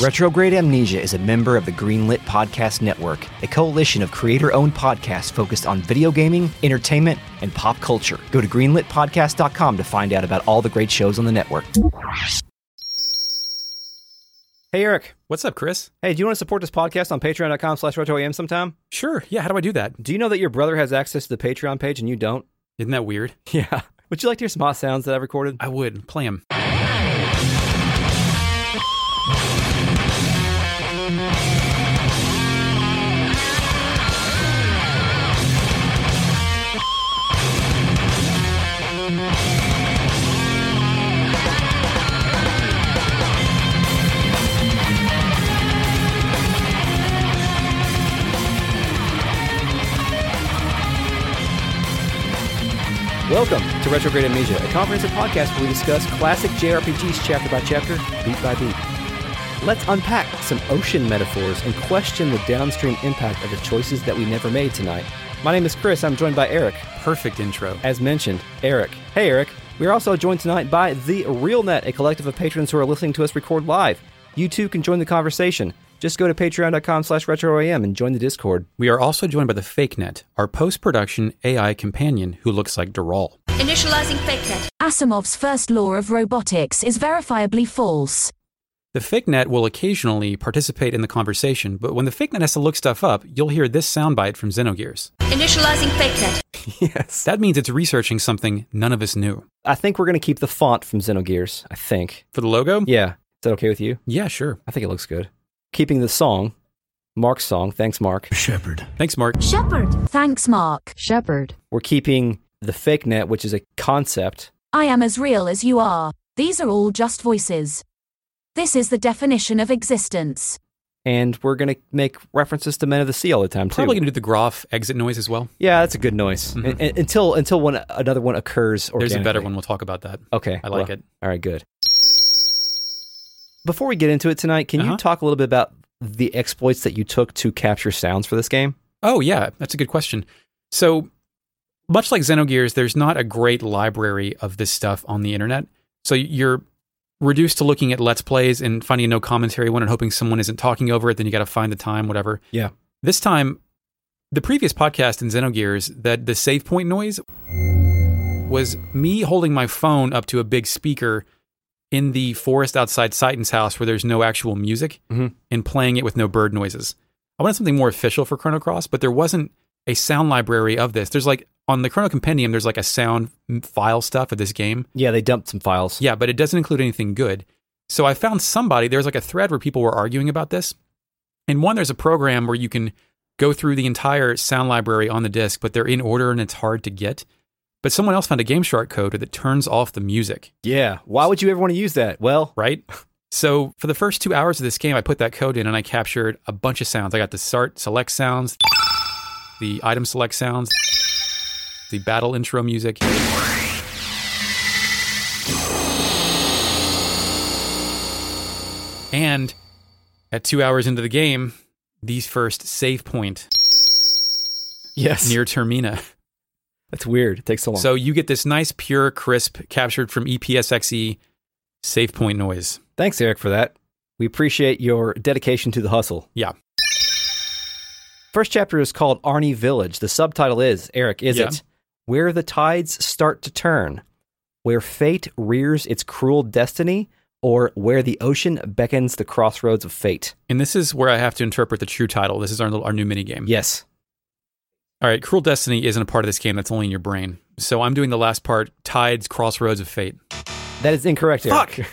Retrograde Amnesia is a member of the Greenlit Podcast Network, a coalition of creator owned podcasts focused on video gaming, entertainment, and pop culture. Go to greenlitpodcast.com to find out about all the great shows on the network. Hey, Eric. What's up, Chris? Hey, do you want to support this podcast on patreon.com slash retroam sometime? Sure. Yeah, how do I do that? Do you know that your brother has access to the Patreon page and you don't? Isn't that weird? Yeah. Would you like to hear some odd sounds that I've recorded? I would. Play him. Welcome to Retrograde Amnesia, a comprehensive podcast where we discuss classic JRPGs chapter by chapter, beat by beat. Let's unpack some ocean metaphors and question the downstream impact of the choices that we never made tonight. My name is Chris. I'm joined by Eric. Perfect intro. As mentioned, Eric. Hey, Eric. We are also joined tonight by The RealNet, a collective of patrons who are listening to us record live. You too can join the conversation. Just go to patreon.com slash retroam and join the Discord. We are also joined by the FakeNet, our post production AI companion who looks like Dural. Initializing FakeNet. Asimov's first law of robotics is verifiably false. The FakeNet will occasionally participate in the conversation, but when the FakeNet has to look stuff up, you'll hear this soundbite from Xenogears. Initializing FakeNet. yes. That means it's researching something none of us knew. I think we're going to keep the font from Xenogears. I think. For the logo? Yeah. Is that okay with you? Yeah, sure. I think it looks good. Keeping the song, Mark's song. Thanks, Mark. Shepherd. Thanks, Mark. Shepherd. Thanks, Mark. Shepherd. We're keeping the fake net, which is a concept. I am as real as you are. These are all just voices. This is the definition of existence. And we're going to make references to Men of the Sea all the time, too. Probably going to do the Groff exit noise as well. Yeah, that's a good noise. Mhm. And- and- until until one another one occurs. There's a better organically. one. We'll talk about that. Okay, I like it. All right, good. Before we get into it tonight, can you Uh-huh. talk a little bit about the exploits that you took to capture sounds for this game? Oh, yeah, that's a good question. So, much like Xenogears, there's not a great library of this stuff on the internet. So, you're reduced to looking at Let's Plays and finding a no commentary one and hoping someone isn't talking over it. Then you got to find the time, whatever. Yeah. This time, the previous podcast in Xenogears, that the save point noise was me holding my phone up to a big speaker in the forest outside Satan's house where there's no actual music Mhm. and playing it with no bird noises. I wanted something more official for Chrono Cross, but there wasn't a sound library of this. There's like on the Chrono Compendium, there's like a sound file stuff of this game. Yeah, they dumped some files. Yeah, but it doesn't include anything good. So I found somebody, there's like a thread where people were arguing about this. And one, there's a program where you can go through the entire sound library on the disc, but they're in order and it's hard to get. But someone else found a Game Shark code that turns off the music, yeah. Why would you ever want to use that? Well, right? So for the first two hours of this game, I put that code in and I captured a bunch of sounds. I got the start select sounds, the item select sounds, the battle intro music. And at two hours into the game, the first save point yes. near Termina. that's weird. It takes so long. So you get this nice, pure, crisp, captured from E EPSXE save point noise. thanks, Eric, for that. We appreciate your dedication to the hustle. Yeah. First chapter is called Arnie Village. The subtitle is Eric, is Yeah. it? Where the tides start to turn, where fate rears its cruel destiny, or where the ocean beckons the crossroads of fate. And this is where I have to interpret the true title. This is our, little- our new minigame. Yes. All right, Cruel Destiny isn't a part of this game. That's only in your brain. So I'm doing the last part, Tides, Crossroads of Fate. That is incorrect, Eric. Fuck.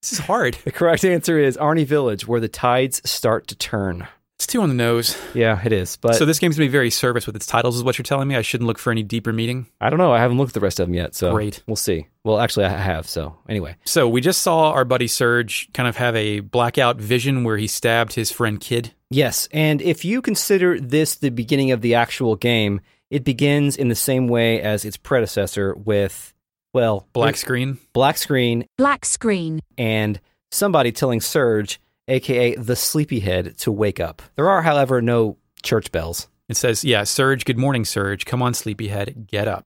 This is hard. The correct answer is Arnie Village, where the tides start to turn. It's two on the nose. Yeah, it is. But so this game's going to be very service with its titles is what you're telling me. I shouldn't look for any deeper meaning. I don't know. I haven't looked at the rest of them yet. So Great. We'll see. Well, actually, I have. So anyway, So we just saw our buddy Serge kind of have a blackout vision where he stabbed his friend Kid. Yes, and if you consider this the beginning of the actual game, it begins in the same way as its predecessor with, well, Black screen. black screen Black screen. and somebody telling Serge, aka the sleepyhead, to wake up. There are, however, no church bells. It says, yeah, Serge, good morning, Serge. Come on, sleepyhead, get up.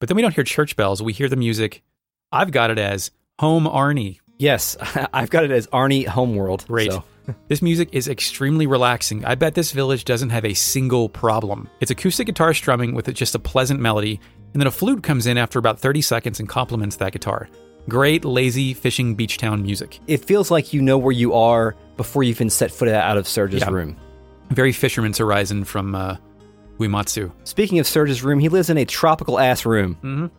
But then we don't hear church bells. We hear the music. I've got it as Home Arnie. Yes, I've got it as Arnie Homeworld. Great. so- this music is extremely relaxing. I bet this village doesn't have a single problem. It's acoustic guitar strumming with just a pleasant melody, and then a flute comes in after about 30 seconds and complements that guitar. Great, lazy, fishing beach town music. It feels like you know where you are before you even set foot out of Serge's Yeah. room. Very Fisherman's Horizon from uh, Uematsu. Speaking of Serge's room, he lives in a tropical ass room. Mm.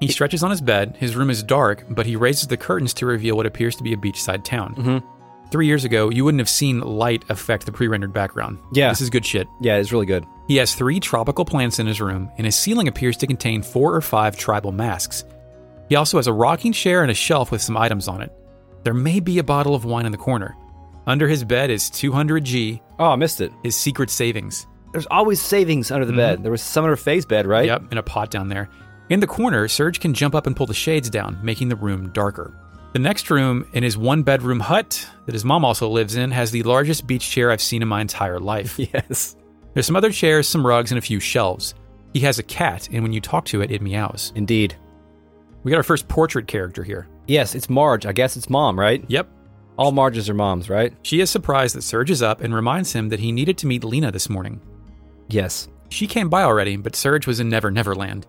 He stretches on his bed. His room is dark, but he raises the curtains to reveal what appears to be a beachside town. Three years ago, you wouldn't have seen light affect the pre rendered background. Yeah. This is good shit. Yeah, it's really good. He has three tropical plants in his room, and his ceiling appears to contain four or five tribal masks. He also has a rocking chair and a shelf with some items on it. There may be a bottle of wine in the corner. Under his bed is 200G, Oh, I missed it. his secret savings. There's always savings under the bed. There was some under Faye's bed, right? Yep, in a pot down there. In the corner, Serge can jump up and pull the shades down, making the room darker. The next room in his one bedroom hut that his mom also lives in has the largest beach chair I've seen in my entire life. Yes. There's some other chairs, some rugs, and a few shelves. He has a cat, and when you talk to it, it meows. Indeed. We got our first portrait character here. Yes, it's Marge. I guess it's mom, right? Yep. All Marges are moms, right? She is surprised that Serge is up and reminds him that he needed to meet Lena this morning. Yes. She came by already, but Serge was in Never Never Land.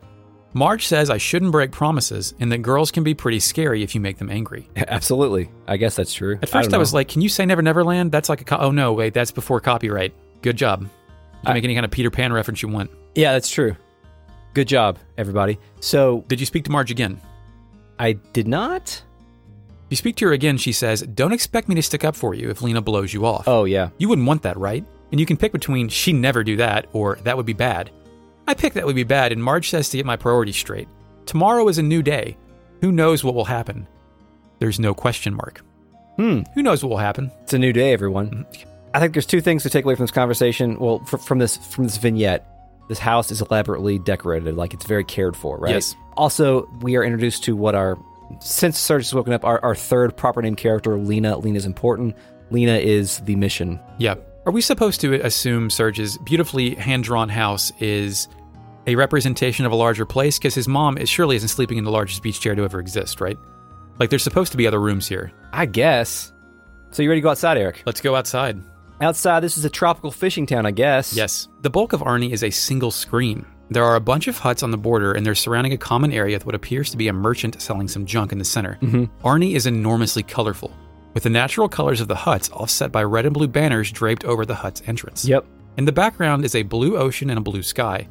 Marge says I shouldn't break promises and that girls can be pretty scary if you make them angry. Absolutely. I guess that's true. At first, I, was like, "Can you say Never Never Land?" That's like a co- oh no, wait, that's before copyright. Good job. You can I- make any kind of Peter Pan reference you want. Yeah, that's true. Good job, everybody. So Did you speak to Marge again? I did not. If you speak to her again, she says, "Don't expect me to stick up for you if Lena blows you off." Oh, yeah. You wouldn't want that, right? And you can pick between she never do that or that would be bad. I pick that would be bad, and Marge says to get my priorities straight. Tomorrow is a new day. Who knows what will happen? There's no question mark. Hmm. Who knows what will happen? It's a new day, everyone. Mm-hmm. I think there's two things to take away from this conversation. Well, fr- from this from this vignette, this house is elaborately decorated, like it's very cared for, right? Yes. Also, we are introduced to what our since Serge has woken up, our, our third proper named character, Lena. Lena's important. Lena is the mission. Yeah. Are we supposed to assume Serge's beautifully hand drawn house is a representation of a larger place? Because his mom is, surely isn't sleeping in the largest beach chair to ever exist, right? Like, there's supposed to be other rooms here. I guess. So you ready to go outside, Eric? Let's go outside. Outside, this is a tropical fishing town, I guess. Yes. The bulk of Arnie is a single screen. There are a bunch of huts on the border, and they're surrounding a common area with what appears to be a merchant selling some junk in the center. Mm-hmm. Arnie is enormously colorful, with the natural colors of the huts offset by red and blue banners draped over the hut's entrance. Yep. In the background is a blue ocean and a blue sky.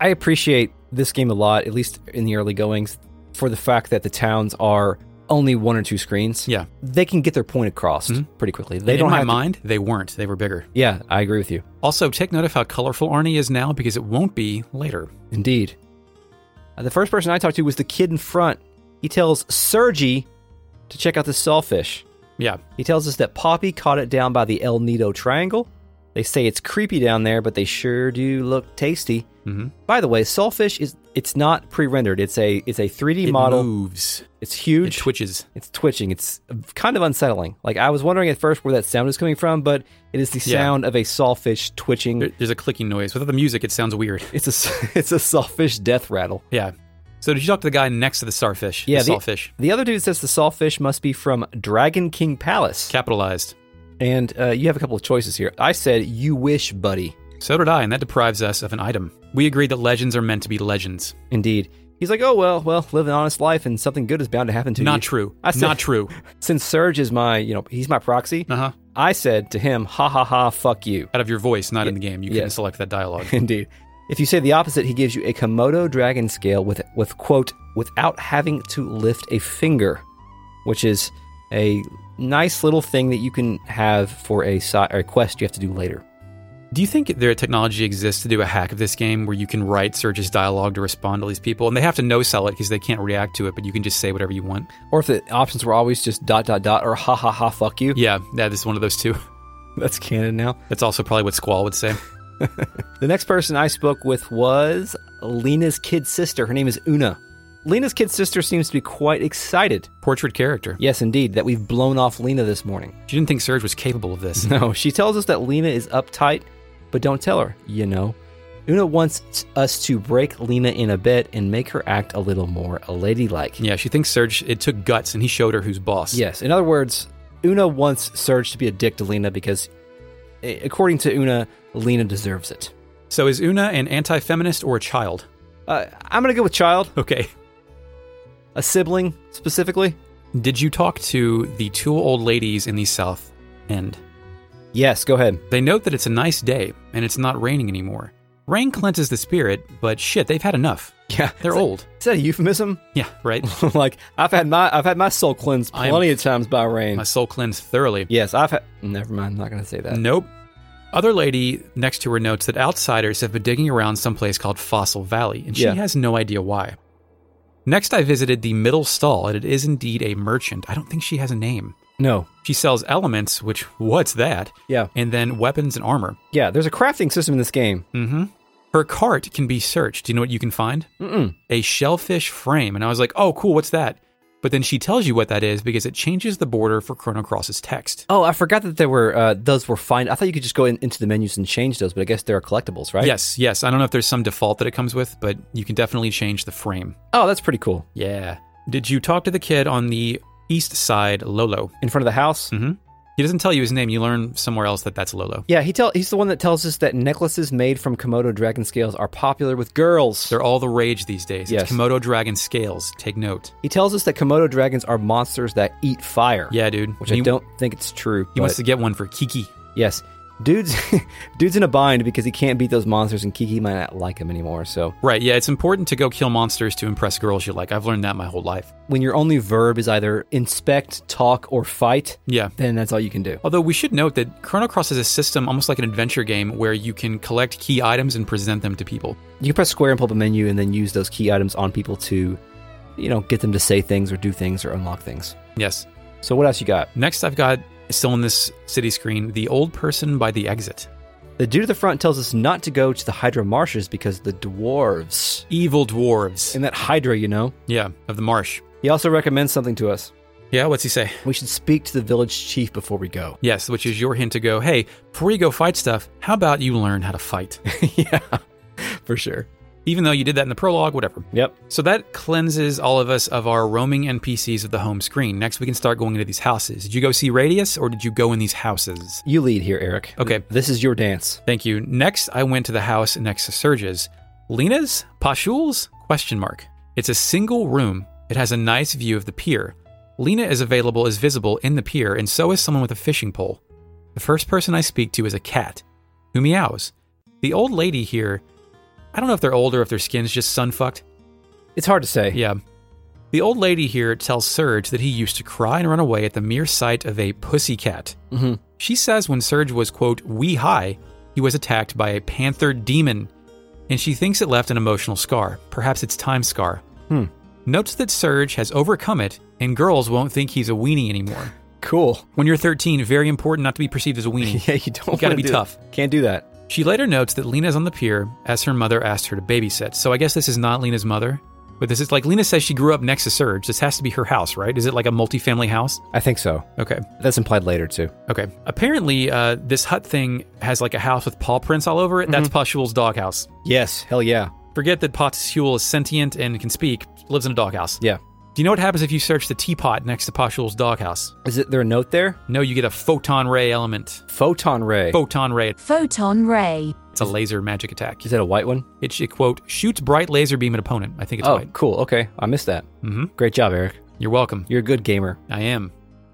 I appreciate this game a lot, at least in the early goings, for the fact that the towns are only one or two screens. Yeah. They can get their point across pretty quickly. They Mm-hmm. in don't my have to- mind, they weren't. They were bigger. yeah, I agree with you. Also, take note of how colorful Arnie is now because it won't be later. Indeed. Uh, the first person I talked to was the kid in front. He tells Sergi to check out the sawfish. Yeah. He tells us that Poppy caught it down by the El Nido Triangle. They say it's creepy down there, but they sure do look tasty. Mhm. By the way, sawfish is it's not pre-rendered. It's a it's a 3D It model. moves. It's It huge. twitches. It's twitching. It's kind of unsettling. Like I was wondering at first where that sound is coming from, but it is the Yeah. sound of a sawfish twitching. There- There's a clicking noise. Without the music, it sounds weird. It's a it's a sawfish death rattle. Yeah. So did you talk to the guy next to the starfish? Yeah, the the- sawfish. The other dude says the sawfish must be from Dragon King Palace. Capitalized. and uh, you have a couple of choices here. I said you wish, buddy. So did I, and that deprives us of an item. We agreed that legends are meant to be legends. Indeed. He's like, "Oh well, well, live an honest life and something good is bound to happen to you." Not true. I said- Not true. Since Serge is my, you know, he's my proxy, Uh huh. I said to him, "Ha ha ha, fuck you." Out of your voice, not in the game. You yeah. couldn't select that dialogue. Indeed. If you say the opposite, he gives you a Komodo dragon scale with with quote without having to lift a finger, which is a nice little thing that you can have for a, si- or a quest you have to do later. do you think their technology exists to do a hack of this game where you can write Serge's dialogue to respond to these people, and they have to no sell it because they can't react to it, but you can just say whatever you want? Or if the options were always just dot dot dot or ha ha ha fuck you. Yeah, that is one of those two. That's canon now. That's also probably what Squall would say. The next person I spoke with was Lena's kid sister. Her name is Una. Lena's kid sister seems to be quite excited. Portrait character. Yes, indeed, that we've blown off Lena this morning. She didn't think Serge was capable of this. No, she tells us that Lena is uptight, but don't tell her, you know. Una wants us to break Lena in a bit and make her act a little more a ladylike. Yeah, she thinks Serge, it took guts and he showed her who's boss. Yes. In other words, Una wants Serge to be a dick to Lena because, eh, according to Una, Lena deserves it. So is Una an anti feminist or a child? Uh, I'm going to go with child, Okay. a sibling specifically. Did you talk to the two old ladies in the South End? Yes, go ahead. They note that it's a nice day and it's not raining anymore. Rain cleanses the spirit, but shit, they've had enough. Yeah. They're is that- old. Is that a euphemism? Yeah, right? like I've had my I've had my soul cleansed I am- plenty of times by rain. My soul cleansed thoroughly. Yes, I've had. Never mind. I'm not going to say that. Nope. Other lady next to her notes that outsiders have been digging around someplace called Fossil Valley, and she Yeah. has no idea why. Next, I visited the middle stall, and it is indeed a merchant. I don't think she has a name. No. She sells elements, which, what's that? Yeah. And then weapons and armor. Yeah. There's a crafting system in this game. Mm-hmm. Her cart can be searched. Do you know what you can find? Mm-mm. A shellfish frame. And I was like, oh, cool, what's that? But then she tells you what that is because it changes the border for Chrono Cross's text. Oh, I forgot that there were uh, those were fine. I thought you could just go in, into the menus and change those, but I guess there are collectibles, right? Yes, yes. I don't know if there's some default that it comes with, but you can definitely change the frame. Oh, that's pretty cool. Yeah. Did you talk to the kid on the east side, Lolo? In front of the house. Mm-hmm. He doesn't tell you his name. You learn somewhere else that that's Lolo. Yeah, he tell he's the one that tells us that necklaces made from Komodo dragon scales are popular with girls. They're all the rage these days. Yes. It's Komodo dragon scales. Take note. he tells us that Komodo dragons are monsters that eat fire. Yeah, dude. which I And he- don't think it's true. He wants but- to get one for Kiki. Yes. Dude's dude's in a bind because he can't beat those monsters and Kiki might not like him anymore. So Right, yeah, it's important to go kill monsters to impress girls you like. I've learned that my whole life. when your only verb is either inspect, talk, or fight, Yeah. then that's all you can do. Although we should note that Chrono Cross is a system almost like an adventure game where you can collect key items and present them to people. You can press square and pull up a menu and then use those key items on people to, you know, get them to say things or do things or unlock things. Yes. So what else you got? Next, I've got still in this city screen the old person by the exit. The dude at the front tells us not to go to the Hydra marshes because the dwarves Evil dwarves. and that Hydra, you know. Yeah, of the marsh. He also recommends something to us. Yeah, what's he say? We should speak to the village chief before we go. Yes, which is your hint to go, hey, before you go fight stuff, how about you learn how to fight? yeah, for sure. Even though you did that in the prologue, whatever. Yep. So that cleanses all of us of our roaming NPCs of the home screen. Next, we can start going into these houses. Did you go see Radius or did you go in these houses? You lead here, Eric. Okay. This is your dance. Thank you. Next, I went to the house next to Serge's. Lena's? Pashul's? Question mark. It's a single room. It has a nice view of the pier. Lena is available as visible in the pier, and so is someone with a fishing pole. The first person I speak to is a cat, who meows. The old lady here, I don't know if they're old or if their skin's just sun fucked. It's hard to say. Yeah. The old lady here tells Serge that he used to cry and run away at the mere sight of a pussycat. Mhm. She says when Serge was, quote, wee high, he was attacked by a panther demon, and she thinks it left an emotional scar. Perhaps it's time scar. Hmm. Notes that Serge has overcome it, and girls won't think he's a weenie anymore. Cool. When you're 13, very important not to be perceived as a weenie. Yeah, you don't. You gotta wanna be do tough. that. Can't do that. She later notes that Lena's on the pier as her mother asked her to babysit. So I guess this is not Lena's mother, but this is like Lena says she grew up next to Serge. This has to be her house, right? Is it like a multifamily house? I think so. Okay. That's implied later too. Okay. Apparently, uh, this hut thing has like a house with paw prints all over it. That's Mm-hmm. Pashul's doghouse. Yes. Hell yeah. Forget that Pashul is sentient and can speak, lives in a doghouse. Yeah. Do you know what happens if you search the teapot next to Pashul's doghouse? Is it there a note there? No, you get a photon ray element. Photon ray. Photon ray. Photon ray. It's a laser magic attack. Is that a white one? It, it quote shoots bright laser beam at opponent. I think it's oh, white. cool. Okay, I missed that. Mm-hmm. Great job, Eric. You're welcome. You're a good gamer. I am.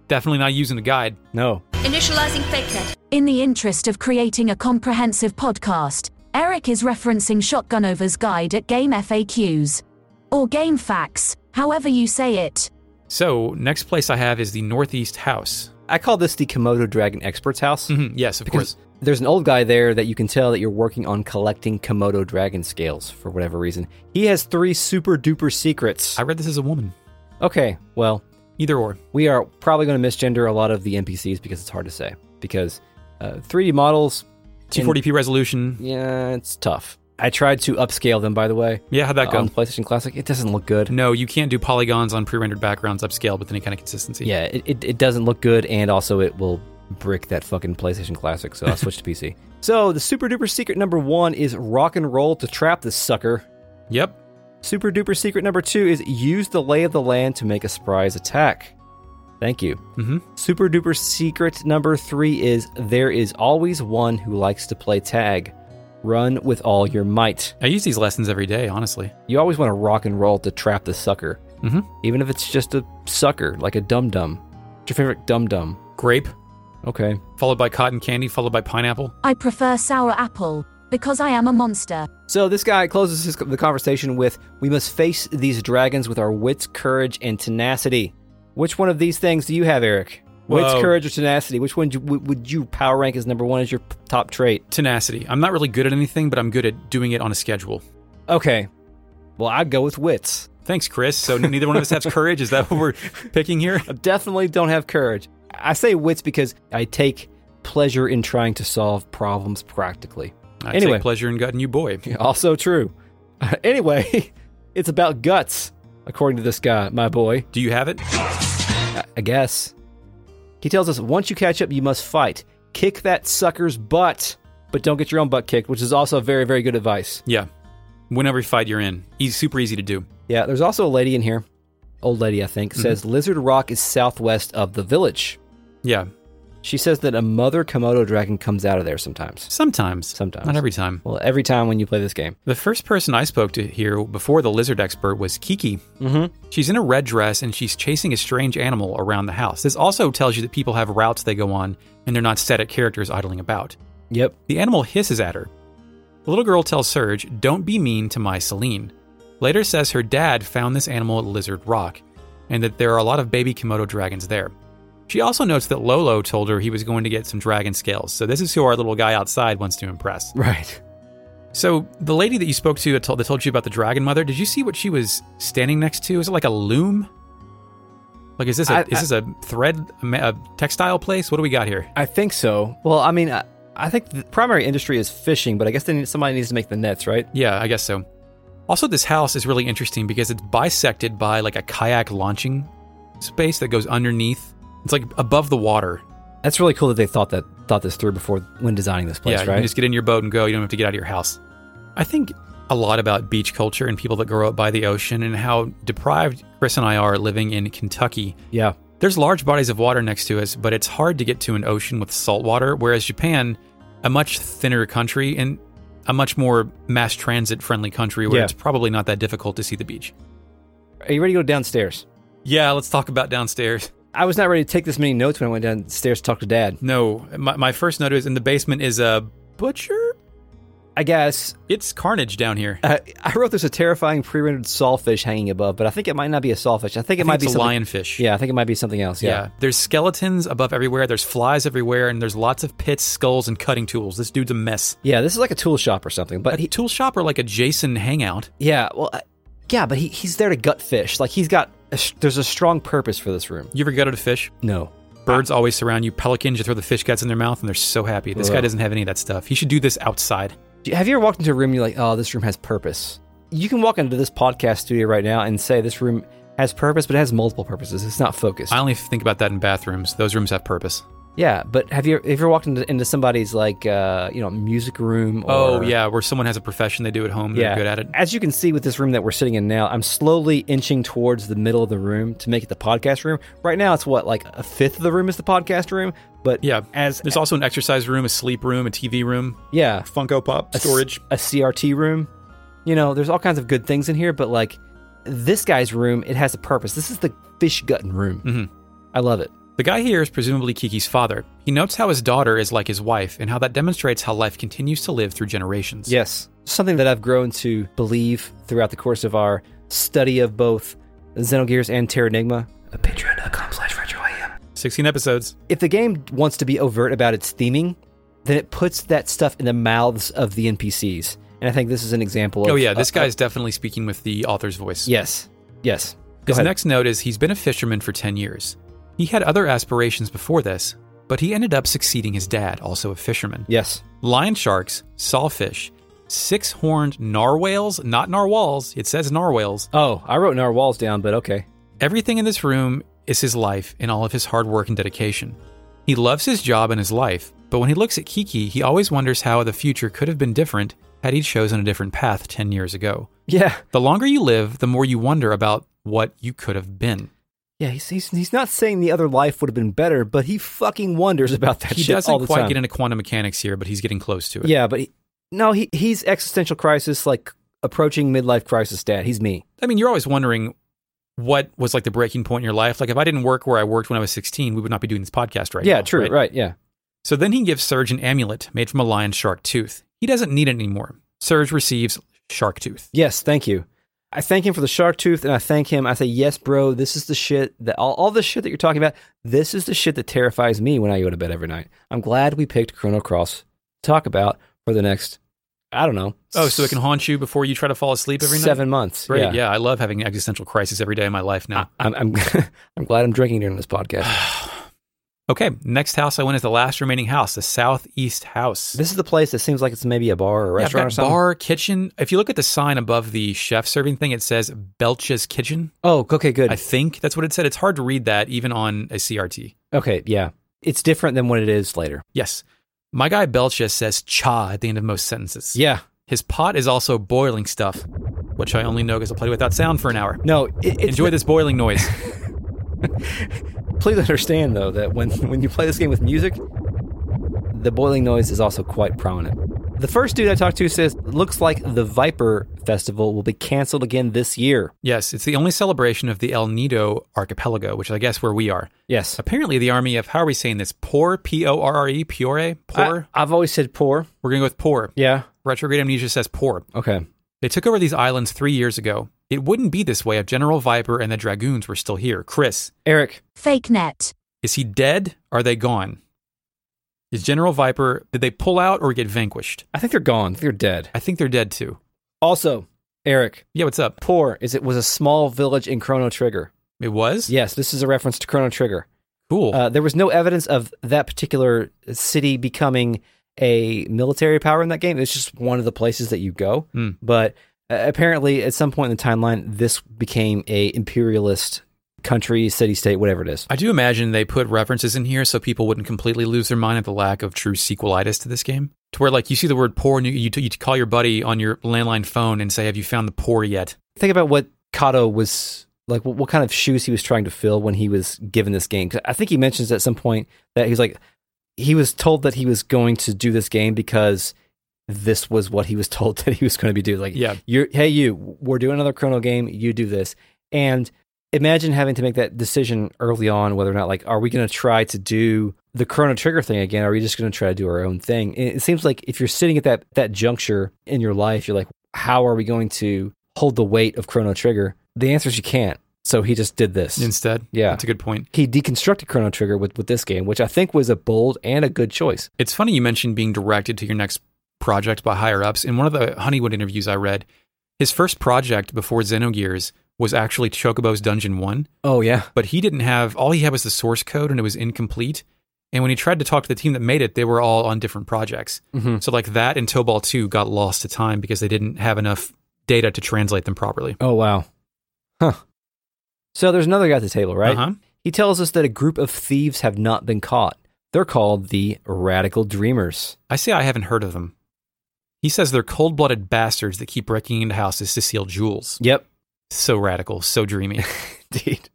Definitely not using a guide. No. Initializing fakenet. In the interest of creating a comprehensive podcast, Eric is referencing Shotgun Over's guide at Game FAQs. Or Game Facts, however you say it. So, next place I have is the Northeast House. I call this the Komodo Dragon Expert's House. Mhm, Yes, of Because course. there's an old guy there that you can tell that you're working on collecting Komodo dragon scales for whatever reason. He has three super duper secrets. I read this as a woman. Okay, well, Either or. we are probably going to misgender a lot of the NPCs because it's hard to say. Because uh, 3D models, 240p resolution. yeah, it's tough. I tried to upscale them, by the way, Yeah, how'd that uh, go? on the PlayStation Classic. It doesn't look good. no, you can't do polygons on pre rendered backgrounds upscaled with any kind of consistency. Yeah, it, it, it doesn't look good, and also it will brick that fucking PlayStation Classic, so I switched to PC. So the super duper secret number one is rock and roll to trap this sucker. Yep. Super duper secret number two is use the lay of the land to make a surprise attack. Thank you. hmm Super duper secret number three is there is always one who likes to play tag. Run with all your might. I use these lessons every day, honestly. You always want to rock and roll to trap the sucker, hmm even if it's just a sucker, like a dum dum. What's your favorite dum dum? Grape, Okay. followed by cotton candy, followed by pineapple. I prefer sour apple because I am a monster. So this guy closes his, the conversation with We must face these dragons with our wits, courage, and tenacity. Which one of these things do you have, Eric? Wits, Whoa. courage, or tenacity? Which one do, would would you power rank as number one as your p- top trait? Tenacity. I'm not really good at anything, but I'm good at doing it on a schedule. Okay. Well, I go with wits. Thanks, Chris. So neither one of us has courage. Is that what we're picking here? I definitely don't have courage. I say wits because I take pleasure in trying to solve problems practically. I Anyway. take pleasure in gutting you, boy. Also true. anyway, it's about guts, according to this guy, my boy. Do you have it? I, I guess. He tells us once you catch up, you must fight. Kick that sucker's butt, but don't get your own butt kicked, which is also very, very good advice. Yeah. Win every fight you're in. He's super easy to do. Yeah, there's also a lady in here, old lady, I think, says Mm-hmm. Lizard Rock is southwest of the village. Yeah. She says that a mother Komodo dragon comes out of there sometimes. Sometimes. Sometimes. Not every time. Well, every time when you play this game. The first person I spoke to here before the lizard expert was Kiki. Mhm. She's in a red dress and she's chasing a strange animal around the house. This also tells you that people have routes they go on and they're not static characters idling about. Yep. The animal hisses at her. The little girl tells Serge, Don't be mean to my Celine. Later says her dad found this animal at Lizard Rock and that there are a lot of baby Komodo dragons there. She also notes that Lolo told her he was going to get some dragon scales, so this is who our little guy outside wants to impress. Right. So, the lady that you spoke to that told, that told you about the dragon mother, did you see what she was standing next to? Is it like a loom? Like, is this a, I- is this a thread, a ma- a textile place? What do we got here? I think so. Well, I mean, I, I think the primary industry is fishing, but I guess they need, somebody needs to make the nets, right? Yeah, I guess so. Also, this house is really interesting because it's bisected by like a kayak launching space that goes underneath. It's like above the water. That's really cool that they thought that thought this through before when designing this place, yeah, you right? can just get in your boat and go. You don't have to get out of your house. I think a lot about beach culture and people that grow up by the ocean and how deprived Chris and I are living in Kentucky. yeah. There's large bodies of water next to us, but it's hard to get to an ocean with salt water, whereas Japan, a much thinner country and a much more mass transit friendly country where Yeah. it's probably not that difficult to see the beach. Are you ready to go downstairs? Yeah, let's talk about downstairs. I was not ready to take this many notes when I went downstairs to talk to Dad. No, my, my first note is in the basement is a butcher. I guess It's carnage down here. uh, I wrote there's a terrifying pre-rendered sawfish hanging above, but I think it might not be a sawfish. I think it I think might it's be a something- lionfish. Yeah, I think it might be something else. yeah. Yeah. There's skeletons above everywhere. There's flies everywhere, and there's lots of pits, skulls, and cutting tools. This dude's a mess. Yeah, this is like a tool shop or something, but A he, tool shop or like a Jason hangout. Yeah, well, uh, yeah, but he, he's there to gut fish. Like he's got a, s- there's a strong purpose for this room. You ever gutted a fish? No, Birds always surround you. Pelicans, you throw the fish guts in their mouth, and they're so happy. This guy Ugh. doesn't have any of that stuff. He should do this outside. Do you- have you ever walked into a room and you're like, oh, this room has purpose? You can walk into this podcast studio right now and say this room has purpose, but it has multiple purposes. It's not focused. I only think about that in bathrooms. Those rooms have purpose. yeah, but have you have you ever walked into, into somebody's like uh, you know music room? Or, Oh, yeah, where someone has a profession they do at home. They're Yeah. good at it. As you can see with this room that we're sitting in now, I'm slowly inching towards the middle of the room to make it the podcast room. Right now, it's what like a fifth of the room is the podcast room, but Yeah. as There's also an exercise room, a sleep room, a TV room, yeah, Funko Pop a s- a CRT room. You know, there's all kinds of good things in here, but like this guy's room, it has a purpose. This is the fish gutting room. Mhm. I love it. The guy here is presumably Kiki's father. He notes how his daughter is like his wife and how that demonstrates how life continues to live through generations. Yes, something that I've grown to believe throughout the course of our study of both Xenogears and Terranigma. Patreon.com slash retroam. 16 episodes. If the game wants to be overt about its theming, then it puts that stuff in the mouths of the NPCs, and I think this is an example. of Oh, yeah, this uh, uh, guy's definitely speaking with the author's voice. yes, yes. Go His ahead. next note is he's been a fisherman for 10 years. He had other aspirations before this, but he ended up succeeding his dad, also a fisherman. yes. Lion sharks, sawfish, six horned narwhales, not narwhals, it says narwhales. Oh, I wrote narwhals down, but okay. Everything in this room is his life and all of his hard work and dedication. He loves his job and his life, but when he looks at Kiki, he always wonders how the future could have been different had he chosen a different path 10 years ago. Yeah. The longer you live, the more you wonder about what you could have been. Yeah, he's, he's, he's not saying the other life would have been better, but he fucking wonders about that he shit all doesn't the quite time. get into quantum mechanics here, but he's getting close to it. yeah, but he, no, he he's existential crisis, like approaching midlife crisis. Dad, he's me. I mean, you're always wondering what was like the breaking point in your life. Like, if I didn't work where I worked when I was 16, we would not be doing this podcast right now. yeah, true. Right. right? Yeah. So then he gives Serge an amulet made from a lion shark tooth. He doesn't need it anymore. Serge receives shark tooth. Yes. Thank you. I thank him for the shark tooth, and I thank him. I say, yes, bro. This is the shit that all, all the shit that you're talking about. This is the shit that terrifies me when I go to bed every night. I'm glad we picked Chrono Cross to talk about for the next. I don't know. Oh, so it can haunt you before you try to fall asleep every night? seven months. Great. Yeah. Yeah. I love having an existential crisis every day of my life now. I'm I'm, I'm glad I'm drinking during this podcast. Okay. Next house I went is the last remaining house, the southeast house. This is the place that seems like it's maybe a bar or a Yeah, restaurant or I've got something. bar, kitchen. If you look at the sign above the chef serving thing, it says Belch's Kitchen. Oh, okay, good. I think that's what it said. It's hard to read that even on a CRT. okay, yeah. It's different than what it is later. Yes. My guy Belches says cha at the end of most sentences. Yeah. His pot is also boiling stuff, which I only know because I played without sound for an hour. No, it, it's Enjoy this boiling noise. Please understand though that when when you play this game with music, the boiling noise is also quite prominent. The first dude I talked to says looks like the Viper Festival will be canceled again this year. yes, it's the only celebration of the El Nido archipelago, which is, I guess where we are. Yes. Apparently, the army of, how are we saying this? Poor, P O R R E, Piore? Poor? I, have always said poor. We're going to go with poor. Yeah. Retrograde amnesia says poor. Okay. They took over these islands three years ago. It wouldn't be this way if General Viper and the Dragoons were still here. Chris, Eric. Fake net. is he dead? Are they gone? Is General Viper, did they pull out or get vanquished? I think they're gone. They're dead. I think they're dead too. Also, Eric. Yeah, what's up? Poor is it was a small village in Chrono Trigger. It was? Yes, this is a reference to Chrono Trigger. Cool. Uh, there was no evidence of that particular city becoming a military power in that game. It's just one of the places that you go. Hmm. But uh, apparently, at some point in the timeline, this became a imperialist country, city, state, whatever it is. I do imagine they put references in here so people wouldn't completely lose their mind at the lack of true sequelitis to this game. To where, like, you see the word poor and you, you, you call your buddy on your landline phone and say, Have you found the poor yet? Think about what Kato was like. What, what kind of shoes he was trying to fill when he was given this game? 'Cause I think he mentions at some point that he's like he was told that he was going to do this game because this was what he was told that he was going to be doing. Like, Yeah. you're hey you we're doing another chrono game you do this and imagine having to make that decision early on whether or not like are we going to try to do the chrono trigger thing again or are we just going to try to do our own thing And it seems like if you're sitting at that that juncture in your life you're like how are we going to hold the weight of chrono trigger the answer is you can't so he just did this Instead? Yeah. That's a good point. he deconstructed chrono trigger with, with this game which i think was a bold and a good choice It's funny you mentioned being directed to your next project by higher ups. In one of the Honeywood interviews I read, his first project before Xenogears was actually Chocobo's Dungeon 1, oh yeah but he didn't have, all he had was the source code and it was incomplete. And when he tried to talk to the team that made it, they were all on different projects. Mhm. So, like that and Tobal 2 got lost to time because they didn't have enough data to translate them properly. oh wow huh so there's another guy at the table right Uh-huh. He tells us that a group of thieves have not been caught. They're called the Radical Dreamers. I say I haven't heard of them. He says they're cold blooded bastards that keep breaking into houses to steal jewels. Yep, So radical, so dreamy. indeed.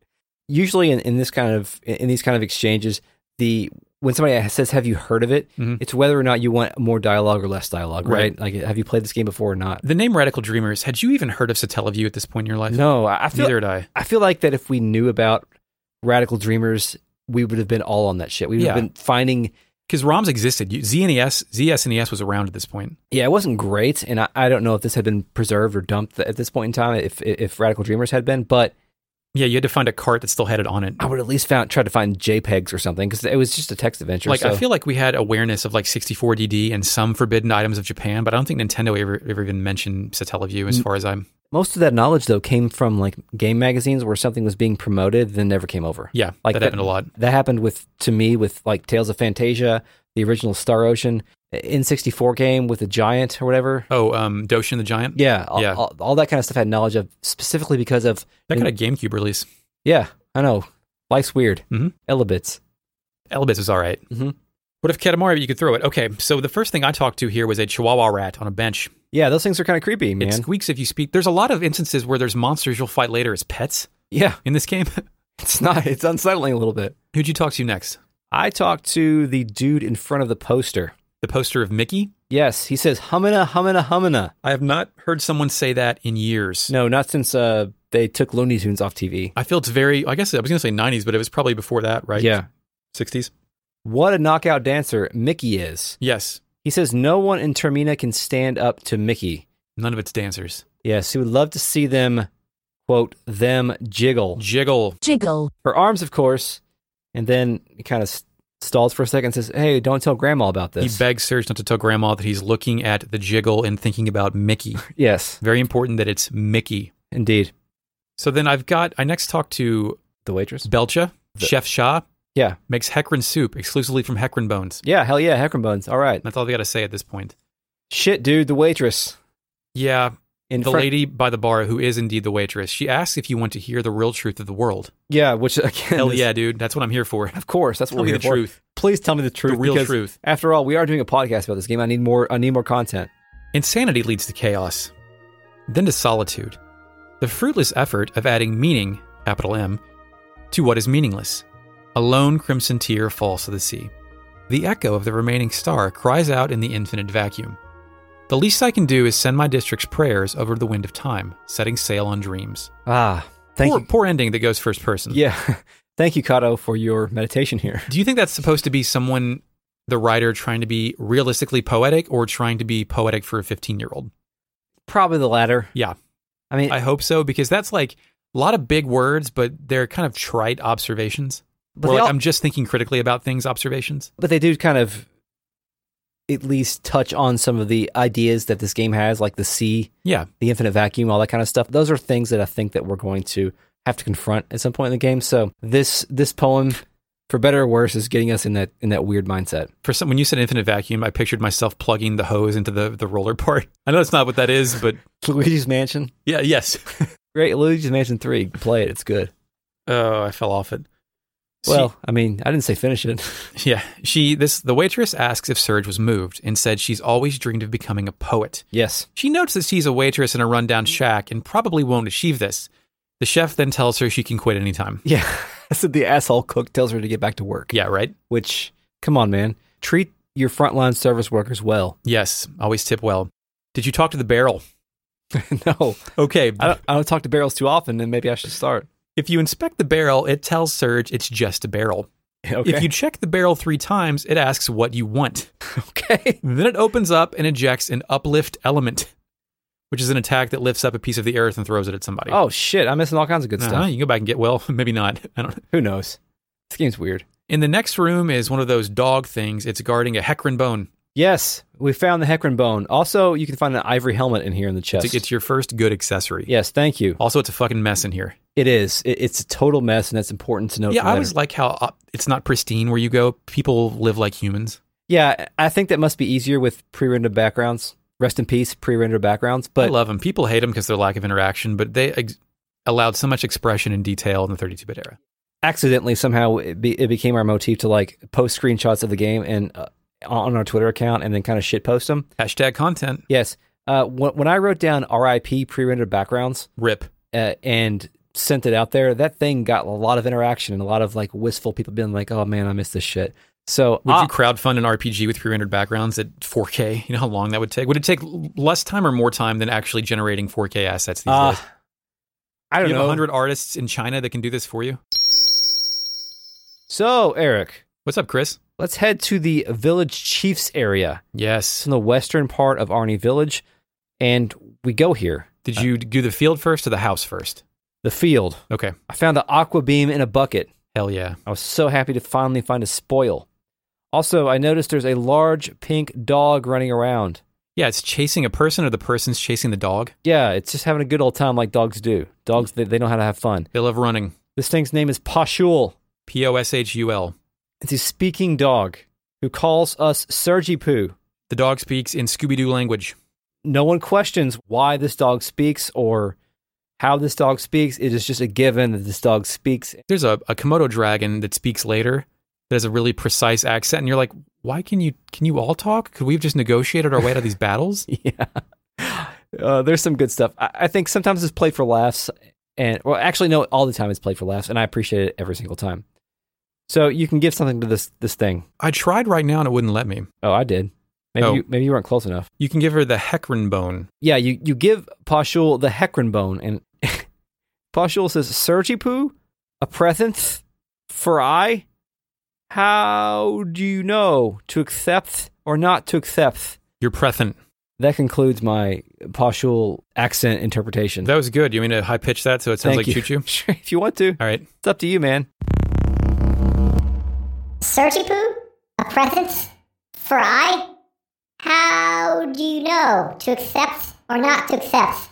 Usually, in, in this kind of in these kind of exchanges, the when somebody says, "Have you heard of it?" Mhm. it's whether or not you want more dialogue or less dialogue, right? Right. Like, have you played this game before or not? The name Radical Dreamers, had you even heard of Satellaview at this point in your life? No, I I feel Neither had I. I feel like that if we knew about Radical Dreamers, we would have been all on that shit. We would have Yeah. been finding Because ROMs existed. You- E ZNES, ZSNES was around at this point. Yeah, it wasn't great, and I, I don't know if this had been preserved or dumped at this point in time. If if Radical Dreamers had been, but Yeah, you had to find a cart that still had it on it. I would at least found try to find JPEGs or something because it was just a text adventure. Like, I so- feel like we had awareness of like 64DD and some forbidden items of Japan, but I don't think Nintendo ever, ever even mentioned Satellaview as far as I'm. most of that knowledge though came from like game magazines where something was being promoted then never came over. Yeah, like that, happened a lot. That happened with to me with like Tales of Fantasia, the original Star Ocean, N64 game with a giant or whatever. Oh, um, Doshin the Giant? Yeah, all, Yeah. All, all that kind of stuff I had knowledge of specifically because of That got a GameCube release. yeah, I know. Life's weird. Mhm. Elabits. Elbit's was all right. What if Katamari, but you could throw it? Okay, so the first thing I talked to here was a chihuahua rat on a bench. Yeah, those things are kind of creepy, man. It squeaks if you speak. There's a lot of instances where there's monsters you'll fight later as pets yeah, in this game. it's not. It's unsettling a little bit. Who'd you talk to next? I talked to the dude in front of the poster. The poster of Mickey? Yes, he says hummina, hummina, hummina. I have not heard someone say that in years. No, not since uh, they took Looney Tunes off TV. I feel it's very, I guess I was going to say 90s, but it was probably before that, right? Yeah. 60s? What a knockout dancer Mickey is. Yes. He says no one in Termina can stand up to Mickey. None of its dancers. Yes, he would love to see them, quote, them jiggle. Jiggle. Jiggle. Her arms, of course. And then he kind of s- stalls for a second and says, hey, don't tell grandma about this. He begs Serge not to tell Grandma that he's looking at the jiggle and thinking about Mickey. yes, Very important that it's Mickey. indeed. So then I've got, I next talked to The waitress? Belcha, Chef Shah, Yeah. makes Hecarin soup exclusively from Hecarin bones. Yeah, hell yeah, Hecarim Bones. All right. That's all they got to say at this point. Shit, dude, the waitress. Yeah, In the fr- lady by the bar who is indeed the waitress, she asks if you want to hear the real truth of the world. Yeah, which again. Hell is- yeah, dude. That's what I'm here for. Of course, that's what Tell we're me here the for. truth. Please tell me the truth. real because truth. After all, we are doing a podcast about this game. I need more. I need more content. Insanity leads to chaos, then to solitude. The fruitless effort of adding meaning, capital M, to what is meaningless. A lone crimson tear falls to the sea. The echo of the remaining star cries out in the infinite vacuum. The least I can do is send my district's prayers over the wind of time, setting sail on dreams. Ah, thank poor, poor ending that goes first person. you. Yeah, thank you, Kato, for your meditation here. Do you think that's supposed to be someone, the writer, trying to be realistically poetic or trying to be poetic for a 15 year old? Probably the latter. Yeah, I mean, I hope so because that's like a lot of big words, but they're kind of trite observations. But Or they like, all- I'm just thinking critically about things observations. but they do kind of at least touch on some of the ideas that this game has, like the sea, Yeah. the infinite vacuum, all that kind of stuff. Those are things that I think that we're going to have to confront at some point in the game. So this this poem, for better or worse, is getting us in that in that weird mindset. For some, when you said infinite vacuum, I pictured myself plugging the hose into the, the roller part. I know that's not what that is, but Luigi's Mansion. yeah, yes. Great, Luigi's Mansion Three. Play it; it's good. Oh, I fell off it. She- Well, I mean, I didn't say finish it. yeah. She this the waitress asks if Serge was moved and said she's always dreamed of becoming a poet. yes. She notes that she's a waitress in a rundown shack and probably won't achieve this. The chef then tells her she can quit anytime. Yeah. I said the asshole cook tells her to get back to work. Yeah, right? Which, come on, man. Treat your frontline service workers well. Yes, always tip well. Did you talk to the barrel? no, Okay, I don't, I don't talk to barrels too often, and maybe I should start. if you inspect the barrel, it tells Serge it's just a barrel. Okay. If you check the barrel three times, it asks what you want. okay. Then it opens up and ejects an uplift element, which is an attack that lifts up a piece of the earth and throws it at somebody. Oh, shit. I'm missing all kinds of good Uh-huh, stuff. you can go back and get well, maybe not. I don't Who knows? This game's weird. In the next room is one of those dog things. It's guarding a Hecarin bone. Yes, we found the Hecarim bone. Also, you can find an ivory helmet in here in the It's, chest. it's your first good accessory. yes, thank you. Also, it's a fucking mess in here. It is. It, it's a total mess, and that's important to note. yeah, for I later. always like how uh, it's not pristine where you go. People live like humans. Yeah, I think that must be easier with pre-rendered backgrounds. Rest in peace, pre-rendered backgrounds. But I But love them. People hate them because their lack of interaction, but they ex- allowed so much expression and detail in the 32-bit era. accidentally, somehow, it, be, it became our motif to like post screenshots of the game and uh, on our Twitter account, and then kind of shit post them. Hashtag content Yes. Uh, when, when I wrote down "RIP" pre-rendered backgrounds rip. uh, and sent it out there, that thing got a lot of interaction and a lot of like wistful people being like, "Oh man, I miss this shit." So uh, Would I- you crowdfund an RPG with 300 backgrounds at 4K? You know how long that would take? Would it take l- less time or more time than actually generating 4K assets these uh, days? I don't you have know. 100 artists in China that can do this for you. So Eric, What's up, Chris? let's head to the village chiefs area. It's Yes. in the western part of Arnie Village, and we go here. Did you do the field first or the house first? The field. Okay. I found the aqua beam in a bucket. Hell yeah. I was so happy to finally find a spoil. Also, I noticed there's a large pink dog running around. Yeah, it's chasing a person or the person's chasing the dog. Yeah, it's just having a good old time like dogs do. Dogs, they, they know how to have fun. They love running. This thing's name is Pashul. P O S H U L. It's a speaking dog who calls us Sergi Poo. The dog speaks in Scooby Doo language. No one questions why this dog speaks or how this dog speaks. It is just a given that this dog speaks There's a, a Komodo dragon that speaks later that has a really precise accent, and you're like, why can you can you all talk? Could we have just negotiated our way out of these battles? yeah. Uh, there's some good stuff. I, I think sometimes it's played for laughs, and well, actually, no, all the time it's played for laughs, and I appreciate it every single time. So you can give something to this this thing. I tried right now and it wouldn't let me. Oh, I did. Maybe Oh. you, maybe you weren't close enough. You can give her the Hecarin bone. Yeah, you you give Pashul the Hecarin bone, and Pashul says Sergipu, a present for I. How do you know to accept or not to accept? You're prethant. That concludes my Pashul accent interpretation. That was good. You mean to high pitch that so it sounds Thank like you. choo choo? Sure, if you want to, All right. it's up to you, man. Sergipu? A present? For I? How do you know to accept or not to accept?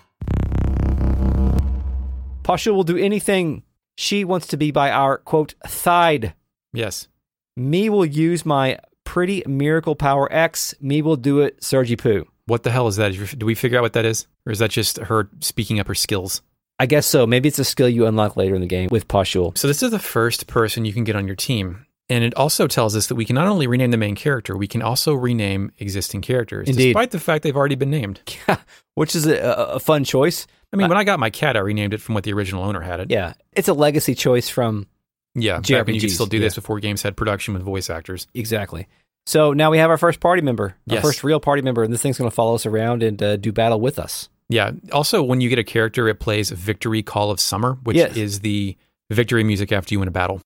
Pashul will do anything she wants to be by our quote side. Yes. Me will use my pretty miracle power X. Me will do it, Sergipu. What the hell is that? Is- Do we figure out what that is? Or is that just her speaking up her skills? I guess so. Maybe it's a skill you unlock later in the game with Pashul. So this is the first person you can get on your team. And it also tells us that we can not only rename the main character, we can also rename existing characters, Indeed. despite the fact they've already been named. which is a, a a fun choice. I mean, when I got my cat, I renamed it from what the original owner had it. Yeah, it's a legacy choice from yeah. Back when you could JRPGs, still do this yeah. before games had production with voice actors. exactly. So now we have our first party member, our Yes. first real party member, and this thing's going to follow us around and uh, do battle with us. Yeah. Also, when you get a character, it plays Victory Call of Summer, which Yes. is the victory music after you win a battle.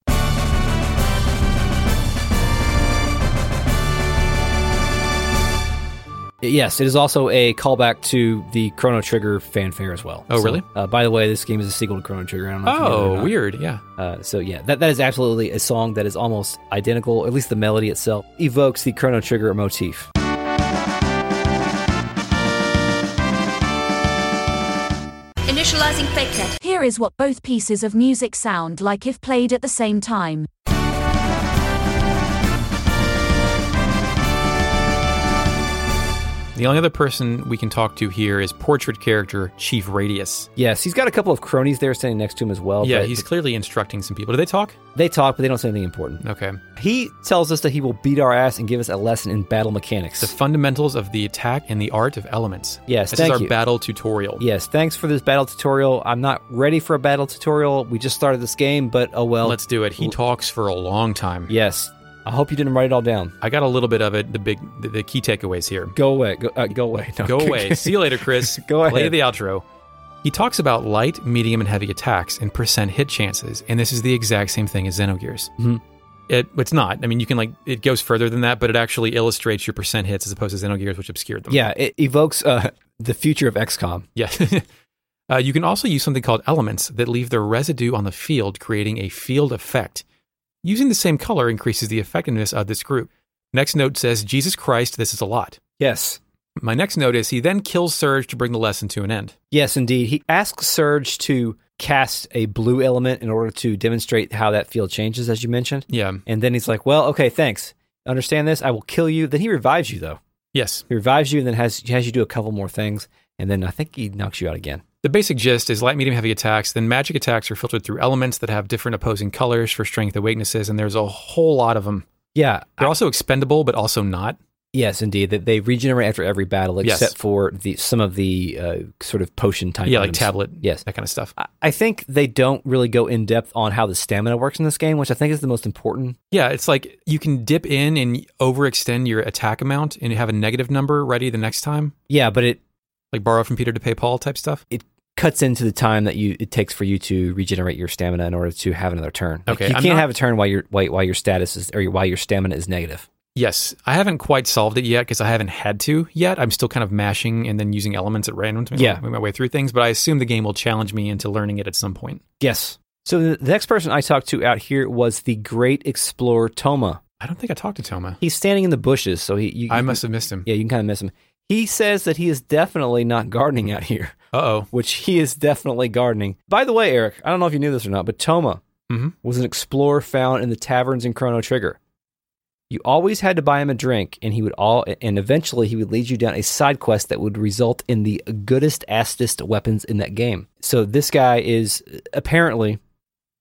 Yes, it is also a callback to the Chrono Trigger fanfare as well. Oh, So, really? Uh, by the way, this game is a sequel to Chrono Trigger. I don't know if you knew that or Oh, not. weird. Yeah. Uh, so yeah, that, that is absolutely a song that is almost identical. At least the melody itself evokes the Chrono Trigger motif. Initializing fake cat. Here is what both pieces of music sound like if played at the same time. The only other person we can talk to here is portrait character Chief Radius. Yes, he's got a couple of cronies there standing next to him as well. yeah, but he's clearly instructing some people. Do they talk? they talk, but they don't say anything important. Okay. He tells us that he will beat our ass and give us a lesson in battle mechanics. The fundamentals of the attack and the art of elements. Yes, This thank is our you. battle tutorial. yes, thanks for this battle tutorial. I'm not ready for a battle tutorial. We just started this game, but oh well. Let's do it. He talks for a long time. yes, I hope you didn't write it all down. I got a little bit of it. The big, the, the key takeaways here. Go away. Go, uh, go away. No, Go away. See you later, Chris. Go ahead. Play the outro. He talks about light, medium, and heavy attacks and percent hit chances, and this is the exact same thing as Xenogears. Mhm. It, it's not. I mean, you can like it goes further than that, but it actually illustrates your percent hits as opposed to Xenogears, which obscured them. yeah, it evokes uh, the future of XCOM. Yeah. uh, you can also use something called elements that leave their residue on the field, creating a field effect. Using the same color increases the effectiveness of this group. Next note says, Jesus Christ, this is a lot. Yes. My next note is he then kills Surge to bring the lesson to an end. Yes, indeed. He asks Surge to cast a blue element in order to demonstrate how that field changes, as you mentioned. Yeah. And then he's like, well, okay, thanks. Understand this? I will kill you. Then he revives you, though. Yes. He revives you and then has has you do a couple more things, and then I think he knocks you out again. The basic gist is light, medium, heavy attacks, then magic attacks are filtered through elements that have different opposing colors for strength and weaknesses, and there's a whole lot of them. Yeah. They're also expendable, but also not. Yes, indeed. That they regenerate after every battle, Yes. except for the some of the uh, sort of potion type. yeah, like items. tablet, Yes. that kind of stuff. I- I think they don't really go in depth on how the stamina works in this game, which I think is the most important. Yeah, it's like you can dip in and overextend your attack amount and have a negative number ready the next time, Yeah, but it like borrow from Peter to pay Paul type stuff. cuts into the time that you it takes for you to regenerate your stamina in order to have another turn. Like, Okay, you I'm can't not- have a turn while your while, while your status is or your- while your stamina is negative. Yes, I haven't quite solved it yet because I haven't had to yet. I'm still kind of mashing and then using elements at random to make Yeah. my way through things, but I assume the game will challenge me into learning it at some point. Yes. So the the next person I talked to out here was the Great Explorer Toma. I don't think I talked to Toma. He's standing in the bushes, so he. You, I must have missed him. Yeah, you can kind of miss him. He says that he is definitely not gardening out here, Uh oh. which he is definitely gardening. By the way, Eric, I don't know if you knew this or not, but Toma Mhm. was an explorer found in the taverns in Chrono Trigger. You always had to buy him a drink, and he would all, and eventually he would lead you down a side quest that would result in the goodest, astest weapons in that game. So this guy is apparently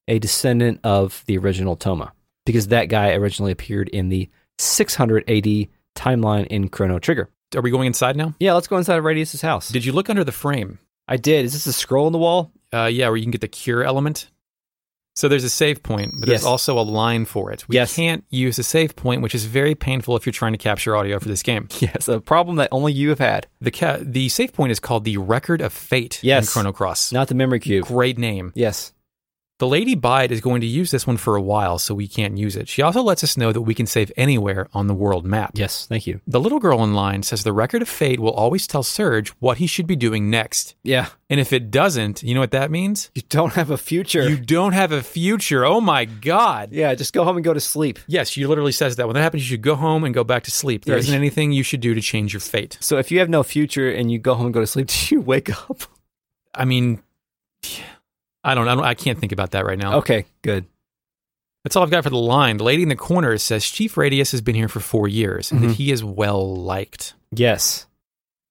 a descendant of the original Toma. because that guy originally appeared in the 600 AD timeline in Chrono Trigger. Are we going inside now? Yeah, let's go inside Radius's house. Did you look under the frame? I did. Is this a scroll on the wall? Uh, yeah, where you can get the cure element. So there's a save point, but Yes. there's also a line for it. We Yes. can't use a save point, which is very painful if you're trying to capture audio for this game. Yes, a problem that only you have had. The ca- the save point is called the Record of Fate Yes. in Chrono Cross. Not the memory cube. Great name. Yes. The Lady Bide is going to use this one for a while, so we can't use it. She also lets us know that we can save anywhere on the world map. Yes. Thank you. The little girl in line says the Record of Fate will always tell Serge what he should be doing next. Yeah. And if it doesn't, you know what that means? You don't have a future. You don't have a future. Oh my God. yeah, just go home and go to sleep. Yes, she literally says that. When that happens, you should go home and go back to sleep. There Yeah. not anything you should do to change your fate. So if you have no future and you go home and go to sleep, do you wake up? I mean, I don't, I don't, I can't think about that right now. Okay, good. That's all I've got for the line. The lady in the corner says Chief Radius has been here for four years and Mhm. that he is well liked. Yes.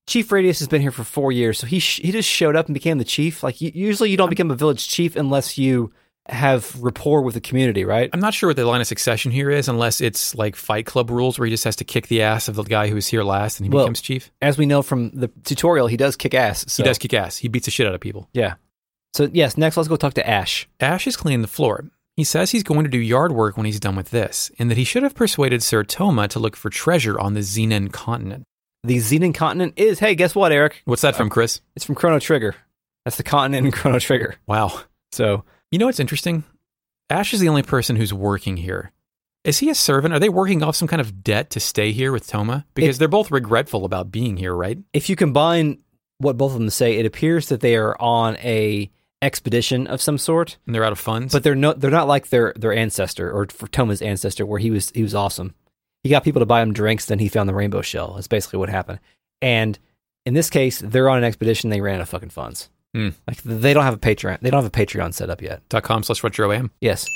Chief Radius has been here for four years, so he sh- he just showed up and became the chief. Like you- usually, you don't become a village chief unless you have rapport with the community, right? I'm not sure what the line of succession here is, unless it's like Fight Club rules where he just has to kick the ass of the guy who was here last and he Well, becomes chief. As we know from the tutorial, he does kick ass. So. He does kick ass. He beats the shit out of people. Yeah. So yes, next let's go talk to Ash. Ash is cleaning the floor. He says he's going to do yard work when he's done with this, and that he should have persuaded Sir Toma to look for treasure on the Xenon continent. The Xenon continent is hey, guess what, Eric? What's that from, Chris? It's from Chrono Trigger. That's the continent in Chrono Trigger. Wow. So You know what's interesting? Ash is the only person who's working here. Is he a servant? Are they working off some kind of debt to stay here with Toma? Because they're both regretful about being here, right? if you combine what both of them say, it appears that they are on a expedition of some sort. And they're out of funds. But they're not they're not like their their ancestor or for Toma's ancestor where he was he was awesome. He got people to buy him drinks, then he found the rainbow shell. That's basically what happened. And in this case, they're on an expedition. They ran out of fucking funds. Hmm. Like they don't have a Patreon. They don't have a Patreon set up yet. dot com slash retro am. Yes,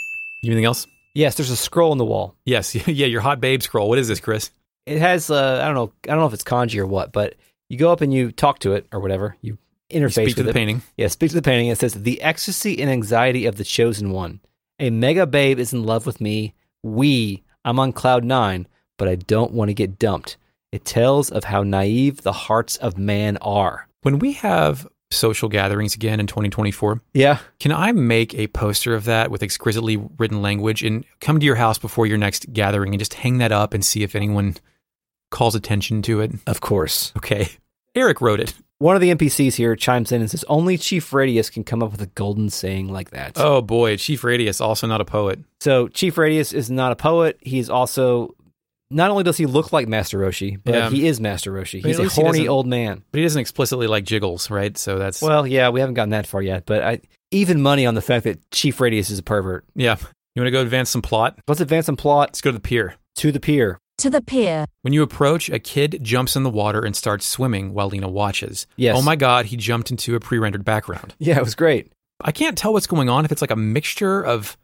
You anything else? yes. There's a scroll on the wall. Yes. Yeah, your hot babe scroll. What is this, Chris? It has uh, I don't know I don't know if it's kanji or what, but you go up and you talk to it or whatever. You You interface speak with to the it. painting. Yeah, speak to the painting. It says, The ecstasy and anxiety of the chosen one. A mega babe is in love with me. We, I'm on cloud nine, but I don't want to get dumped. It tells of how naive the hearts of man are. When we have social gatherings again in 2024, Yeah. can I make a poster of that with exquisitely written language and come to your house before your next gathering and just hang that up and see if anyone calls attention to it? Of course. Okay. Eric wrote it. One of the NPCs here chimes in and says, Only Chief Radius can come up with a golden saying like that. Oh boy, Chief Radius, also not a poet. So Chief Radius is not a poet. He's also, not only does he look like Master Roshi, but Yeah. he is Master Roshi. I mean, He's at a least he horny doesn't- old man. But he doesn't explicitly like jiggles, right? So that's Well, yeah, we haven't gotten that far yet, but I even money on the fact that Chief Radius is a pervert. yeah. You want to go advance some plot? Let's advance some plot Let's go to the pier. to the pier. To the pier. When you approach, a kid jumps in the water and starts swimming while Lena watches. Yes. Oh my god, he jumped into a pre-rendered background. Yeah, it was great. I can't tell what's going on if it's like a mixture of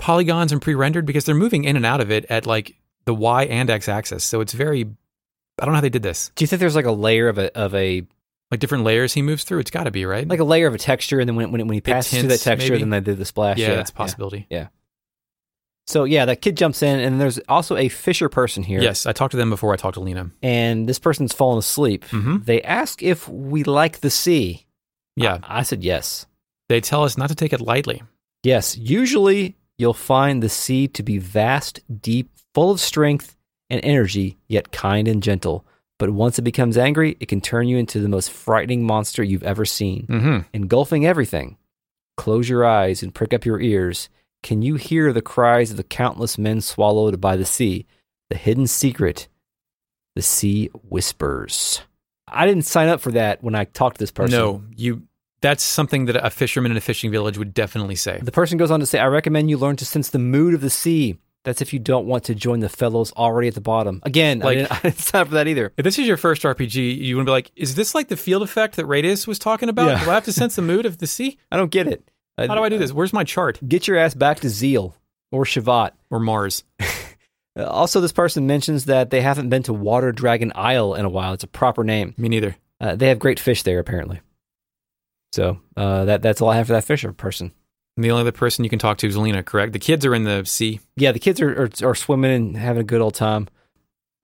polygons and pre-rendered because they're moving in and out of it at like the Y and X axis. So it's very I don't know how they did this. Do you think there's like a layer of a of a Like different layers he moves through. It's got to be, right? like a layer of a texture, and then when when, when he passes through that tints, texture, maybe? then they did the splash. yeah, that's a yeah. possibility. So yeah, that kid jumps in, and there's also a fisher person here. Yes, I talked to them before I talked to Lena. and this person's fallen asleep. Mhm. They ask if we like the sea. Yeah. I, I said yes. They tell us not to take it lightly. Yes, usually you'll find the sea to be vast, deep, full of strength and energy, yet kind and gentle. But once it becomes angry, it can turn you into the most frightening monster you've ever seen, Mm-hmm. engulfing everything. Close your eyes and prick up your ears. Can you hear the cries of the countless men swallowed by the sea? The hidden secret. The sea whispers. I didn't sign up for that when I talked to this person. No, you. That's something that a fisherman in a fishing village would definitely say. The person goes on to say, I recommend you learn to sense the mood of the sea. That's if you don't want to join the fellows already at the bottom. Again, Like- I, didn't, I didn't sign up for that either. If this is your first RPG, you want to be like, is this like the field effect that Radius was talking about? Yeah. Do I have to sense the mood of the sea? I don't get it. Uh, How do I do this? Where's my chart? Get your ass back to Zeal or Shavat. Or Mars? Uh, Also, this person mentions that they haven't been to Water Dragon Isle in a while. It's a proper name. Me neither. Uh, they have great fish there, apparently. So uh, that that's all I have for that fisher person. And the only other person you can talk to is Lena, correct? The kids are in the sea. Yeah, the kids are, are, are swimming and having a good old time.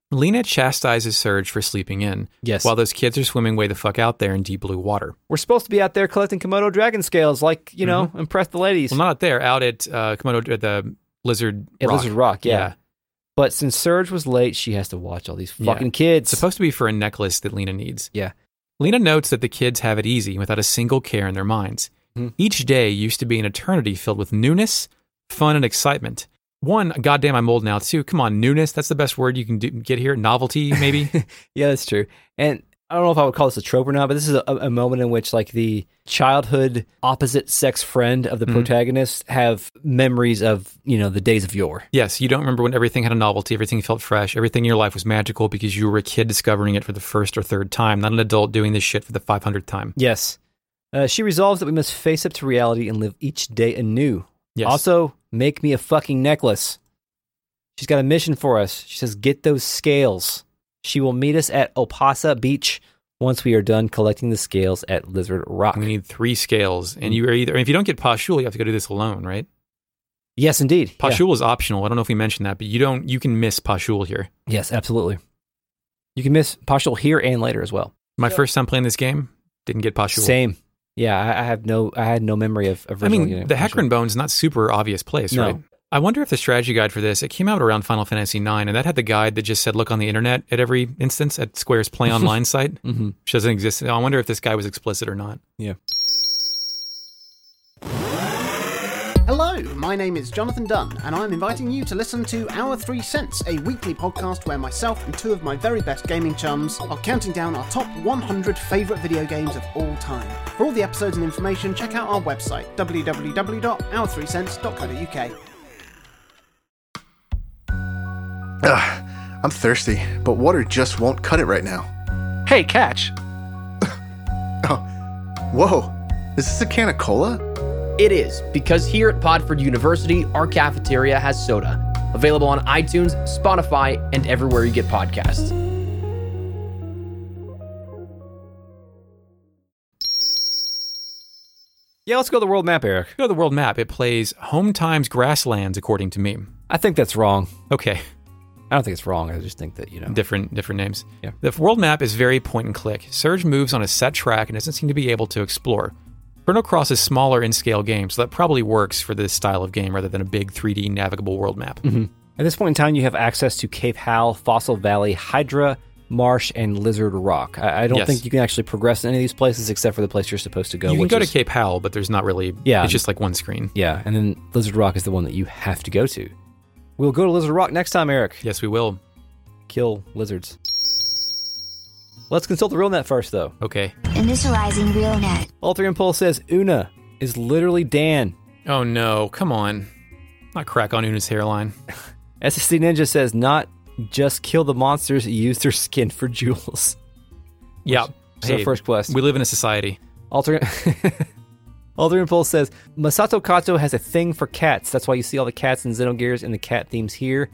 Lena chastises Serge for sleeping in Yes. while those kids are swimming way the fuck out there in deep blue water. We're supposed to be out there collecting Komodo dragon scales, like, you know, impress the ladies. Mm-hmm. Well, not out there, out at uh, Komodo, at the Lizard At Rock. Lizard Rock, yeah. But since Serge was late, she has to watch all these Yeah. fucking kids. It's supposed to be for a necklace that Lena needs. yeah. Lena notes that the kids have it easy without a single care in their minds. Hmm. Each day used to be an eternity filled with newness, fun, and excitement. One, goddamn, I'm old now too. Come on, newness. That's the best word you can do, get here. Novelty, maybe. Yeah, that's true. And I don't know if I would call this a trope or not, but this is a, a moment in which like the childhood opposite sex friend of the protagonist have memories of, you know, the days of yore. yes, you don't remember when everything had a novelty, everything felt fresh, everything in your life was magical because you were a kid discovering it for the first or third time, not an adult doing this shit for the 500th time. Yes. Uh, she resolves that we must face up to reality and live each day anew. Yes. Also, make me a fucking necklace. She's got a mission for us. She says, get those scales. She will meet us at Opasa Beach once we are done collecting the scales at Lizard Rock. We need three scales, and you are either. I mean, if you don't get Pashul, you have to go do this alone, right? yes, indeed. Yeah. Pashul is optional. I don't know if we mentioned that, but you don't. You can miss Pashul here. Yes, absolutely. You can miss Pashul here and later as well. My first time playing this game, didn't get Pashul. Same. Yeah, I, I have no, I had no memory of. of I mean, originally getting the Pashul. Hecarim Bone's not super obvious place, No. right? I wonder if the strategy guide for this, it came out around Final Fantasy IX, and that had the guide that just said, look on the internet at every instance at Square's Play Online site, Mm-hmm. which doesn't exist. I wonder if this guy was explicit or not. Hello, my name is Jonathan Dunn, and I'm inviting you to listen to Our Three Cents, a weekly podcast where myself and two of my very best gaming chums are counting down our top 100 favourite video games of all time. For all the episodes and information, check out our website, www.our3cents.co.uk. Ugh, I'm thirsty, but water just won't cut it right now. Oh, Hey, catch! Whoa, is this a can of cola? It is, because here at Podford University, our cafeteria has soda. Available on iTunes, Spotify, and everywhere you get podcasts. yeah, let's go to the world map, Eric. Go to the world map. It plays Home Times Grasslands, according to me. I think that's wrong. Okay. I don't think it's wrong. I just think that you know. different different names. Oh. Yeah. The world map is very point and click. Surge moves on a set track and doesn't seem to be able to explore. Chrono Cross is smaller in scale game, so that probably works for this style of game rather than a big 3D navigable world map. At this point in time, you have access to Cape Hal, Fossil Valley, Hydra, Marsh, and Lizard Rock. I, I don't Yes. think you can actually progress in any of these places except for the place you're supposed to go. you can which go is- to Cape Howell, but there's not really. Yeah. It's just like one screen. Yeah, and then Lizard Rock is the one that you have to go to. We'll go to Lizard Rock next time, Eric. Yes, we will. Kill lizards. Let's consult the real net first, though. Okay. Initializing real net. Alter Impulse says Una is literally Dan. Oh no! Come on. Not crack on Una's hairline. SSC Ninja says not just kill the monsters, use their skin for jewels. Yeah. It's our first quest. We live in a society. Alter Alter Impulse says Masato Kato has a thing for cats. That's why you see all the cats in Xenogears and the cat themes here.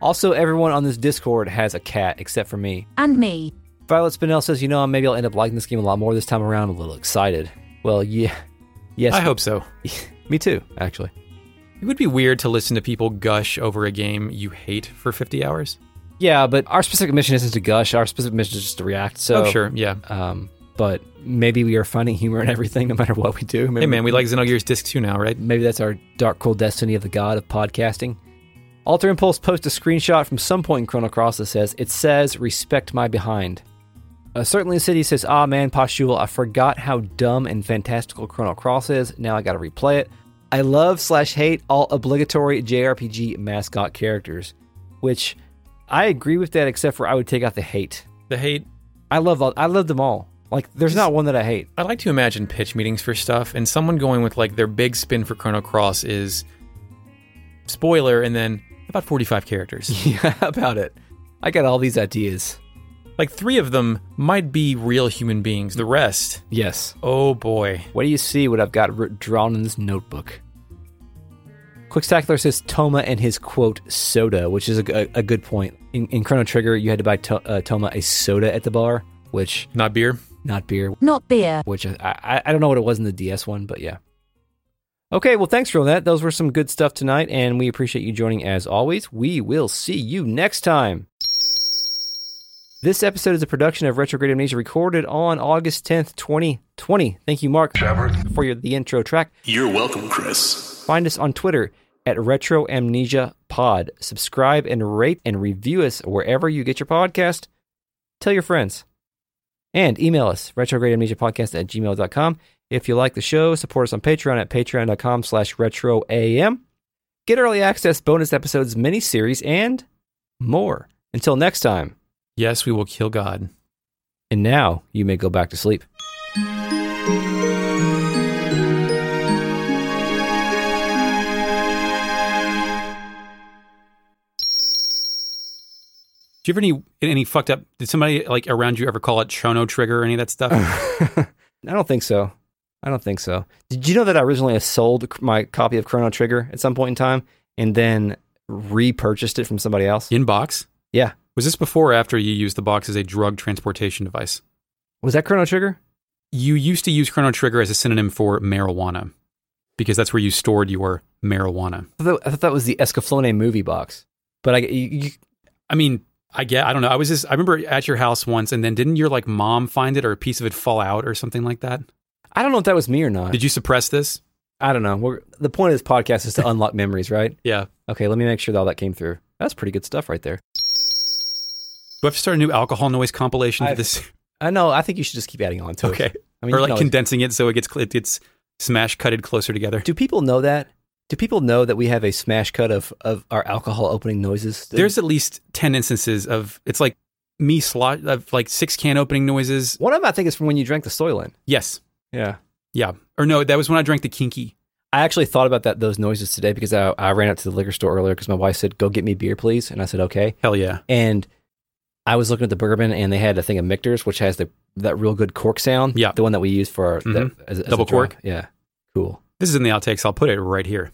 Also, everyone on this Discord has a cat except for me. And me. Violet Spinell says, "You know, maybe I'll end up liking this game a lot more this time around. I'm a little excited." Well, yeah, yes, I hope so. me too. Actually, It would be weird to listen to people gush over a game you hate for 50 hours. yeah, but our specific mission isn't to gush. Our specific mission is just to react. So oh sure. Yeah. Um, but maybe we are finding humor in everything, no matter what we do. Maybe, Hey man, we like Xenogears Disc 2 now, right? maybe that's our dark, cold destiny of the god of podcasting. Alter Impulse posts a screenshot from some point in Chrono Cross that says, "It says respect my behind." Uh, certainly, City says, "Ah man, Pashul, I forgot how dumb and fantastical Chrono Cross is. Now I got to replay it." I love slash hate all obligatory JRPG mascot characters, which I agree with that, except for I would take out the hate. The hate. I love all, I love them all. Like, there's not one that I hate. I like to imagine pitch meetings for stuff, and someone going with like their big spin for Chrono Cross is spoiler, and then about 45 characters. Yeah, how about it. I got all these ideas. like three of them might be real human beings. The rest, Yes. oh boy. What do you see what I've got writ- drawn in this notebook? Quickstackler says Toma and his quote soda, which is a, g- a good point. In, in Chrono Trigger, you had to buy to, uh, Toma a soda at the bar, which Not beer. not beer, Not beer. which I, I, I don't know what it was in the DS one, but yeah. Okay, well, thanks for all that. Those were some good stuff tonight, and we appreciate you joining as always. We will see you next time. This episode is a production of Retrograde Amnesia recorded on August 10th, 2020. Thank you, Mark, for your, the intro track. You're welcome, Chris. Find us on Twitter at Retro Amnesia Pod. Subscribe and rate and review us wherever you get your podcast. Tell your friends. And email us, retrogradeamnesiapodcast at gmail.com. If you like the show, support us on Patreon at patreon.com slash retroam. Get early access, bonus episodes, mini-series, and more. Until next time. Yes, we will kill God. And now you may go back to sleep. Do you ever any any fucked up? Did somebody like around you ever call it Chono Trigger or any of that stuff? I don't think so. I don't think so. Did you know that I originally sold my copy of Chrono Trigger at some point in time and then repurchased it from somebody else? Inbox. Yeah. Was this before or after you used the box as a drug transportation device? Was that Chrono Trigger? You used to use Chrono Trigger as a synonym for marijuana because that's where you stored your marijuana. I thought, I thought that was the Escaflowne movie box. But I, you, you, I mean, I get. I don't know. I was just. I remember at your house once, and then didn't your like mom find it or a piece of it fall out or something like that? I don't know if that was me or not. Did you suppress this? I don't know. We're, the point of this podcast is to unlock memories, right? Yeah. Okay, let me make sure that all that came through. That's pretty good stuff right there. Do I have to start a new alcohol noise compilation for I've- this? I know. I think you should just keep adding on to it. Okay. I mean, you or can like always- condensing it so it gets cl- it gets smash cutted closer together. do people know that? Do people know that we have a smash cut of, of our alcohol opening noises? There's at least ten instances of it's like me slot of like six can opening noises. one of them I think is from when you drank the Soylent. Yes. Yeah. Yeah. Or no, that was when I drank the kinky. I actually thought about that those noises today because I, I ran out to the liquor store earlier because my wife said, "Go get me beer, please," and I said, "Okay." Hell yeah. And I was looking at the bourbon, and they had a thing of Michter's, which has the that real good cork sound. Yeah. the one that we use for our Mhm. that, as, as a Double drop. cork? Yeah, cool. This is in the outtakes. I'll put it right here.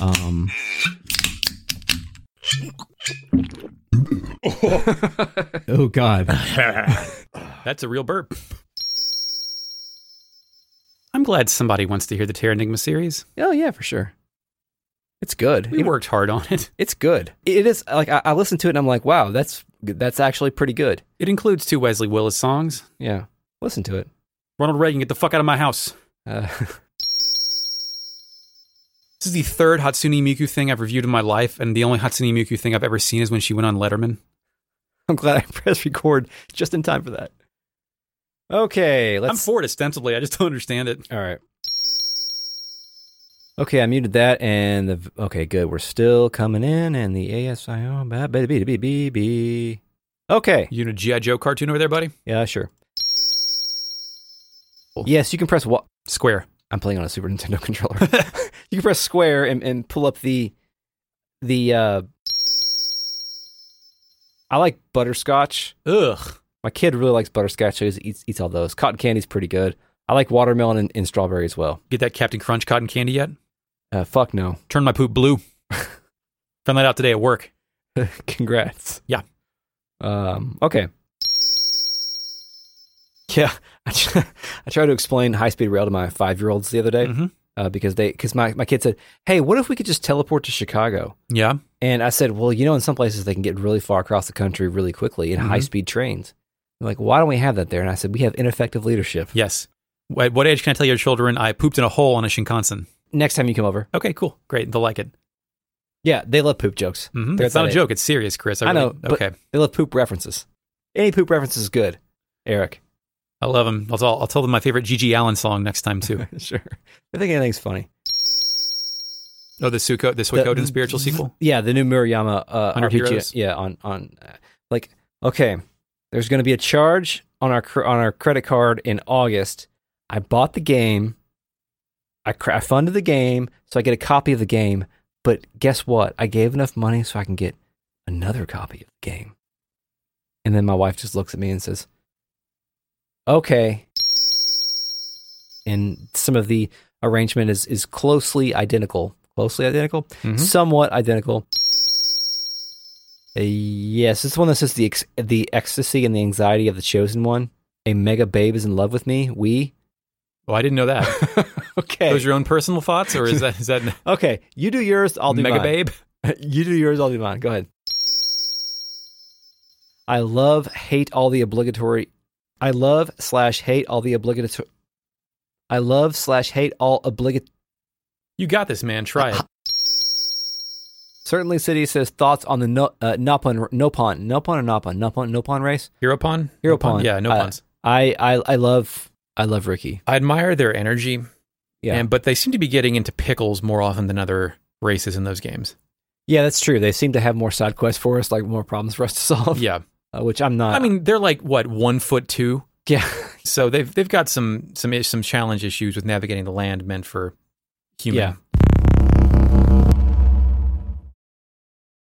Um, oh God. That's a real burp. I'm glad somebody wants to hear the Terra Enigma series. Oh yeah, for sure. It's good. We It- worked hard on it. It's good. It is like I, I listened to it and I'm like, wow, that's that's actually pretty good. It includes two Wesley Willis songs. Yeah, listen to it. Ronald Reagan, get the fuck out of my house. Uh, This is the third Hatsune Miku thing I've reviewed in my life, and the only Hatsune Miku thing I've ever seen is when she went on Letterman. I'm glad I pressed record just in time for that. Okay, I'm let's. for it ostensibly. I just don't understand it. all right. Okay, I muted that and the. Okay, good. We're still coming in and the ASIO. ba- ba- ba- ba- ba- ba- Okay. You know, G.I. Joe cartoon over there, buddy? Yeah, sure. Yes, you can press. Wa- Square. I'm playing on a Super Nintendo controller. you can press square and, and pull up the the. uh I like butterscotch. Ugh. My kid really likes butterscotch, so he eats, eats all those. Cotton candy's pretty good. I like watermelon and, and strawberry as well. Get that Captain Crunch cotton candy yet? Uh, fuck no. Turn my poop blue. Found that out today at work. Congrats. Yeah. Um, okay. Yeah, I, tr- I tried to explain high speed rail to my five year olds the other day Mhm. uh, because they because my, my kid said, "Hey, what if we could just teleport to Chicago?" Yeah. And I said, "Well, you know, in some places they can get really far across the country really quickly in Mhm. high speed trains." They're like, why don't we have that there? And I said, "We have ineffective leadership." Yes. At what age can I tell your children I pooped in a hole on a Shinkansen? Next time you come over, Okay, cool. Great. They'll like it. yeah, they love poop jokes. hmm They're It's not a excited. joke. It's serious, Chris. I, I really- know, but- Okay. They love poop references. Any poop reference is good, Eric. I love them. I'll, I'll tell them my favorite Gigi Allen song next time, too. sure. I think anything's funny. oh, the Suko, the The- Suikoden spiritual sequel? Yeah, the new Murayama uh, 100 RPG. Heroes. Yeah, on on uh, like okay, there's going to be a charge on our cr- on our credit card in August. I bought the game. I, cr- I funded the game, so I get a copy of the game. But guess what? I gave enough money so I can get another copy of the game. And then my wife just looks at me and says, "Okay." And some of the arrangement is is closely identical, closely identical, Mhm. somewhat identical. Uh, yes, it's the one that says the ex- the ecstasy and the anxiety of the chosen one. A mega babe is in love with me. We Oh, I didn't know that. Okay. Those your own personal thoughts, or is that is that okay. You do yours. I'll do mega mine. babe? you do yours, I'll do mine. Go ahead. I love, hate all the obligatory. I love slash hate all the obligatory. I love slash hate all obligatory. You got this, man. Try Uh, it. Certainly, City says thoughts on the no, uh, Nopon, Nopon, Nopon or Nopon, Nopon, Nopon race? Hero pon. Hero pon. Yeah, no Uh, puns. I, I, I love, I love Ricky. I admire their energy. Yeah. And but they seem to be getting into pickles more often than other races in those games. yeah, that's true. They seem to have more side quests for us, like more problems for us to solve. Yeah. Uh, which I'm not. I mean, they're like what, one foot two? yeah, So they've they've got some some is- some challenge issues with navigating the land meant for human Yeah.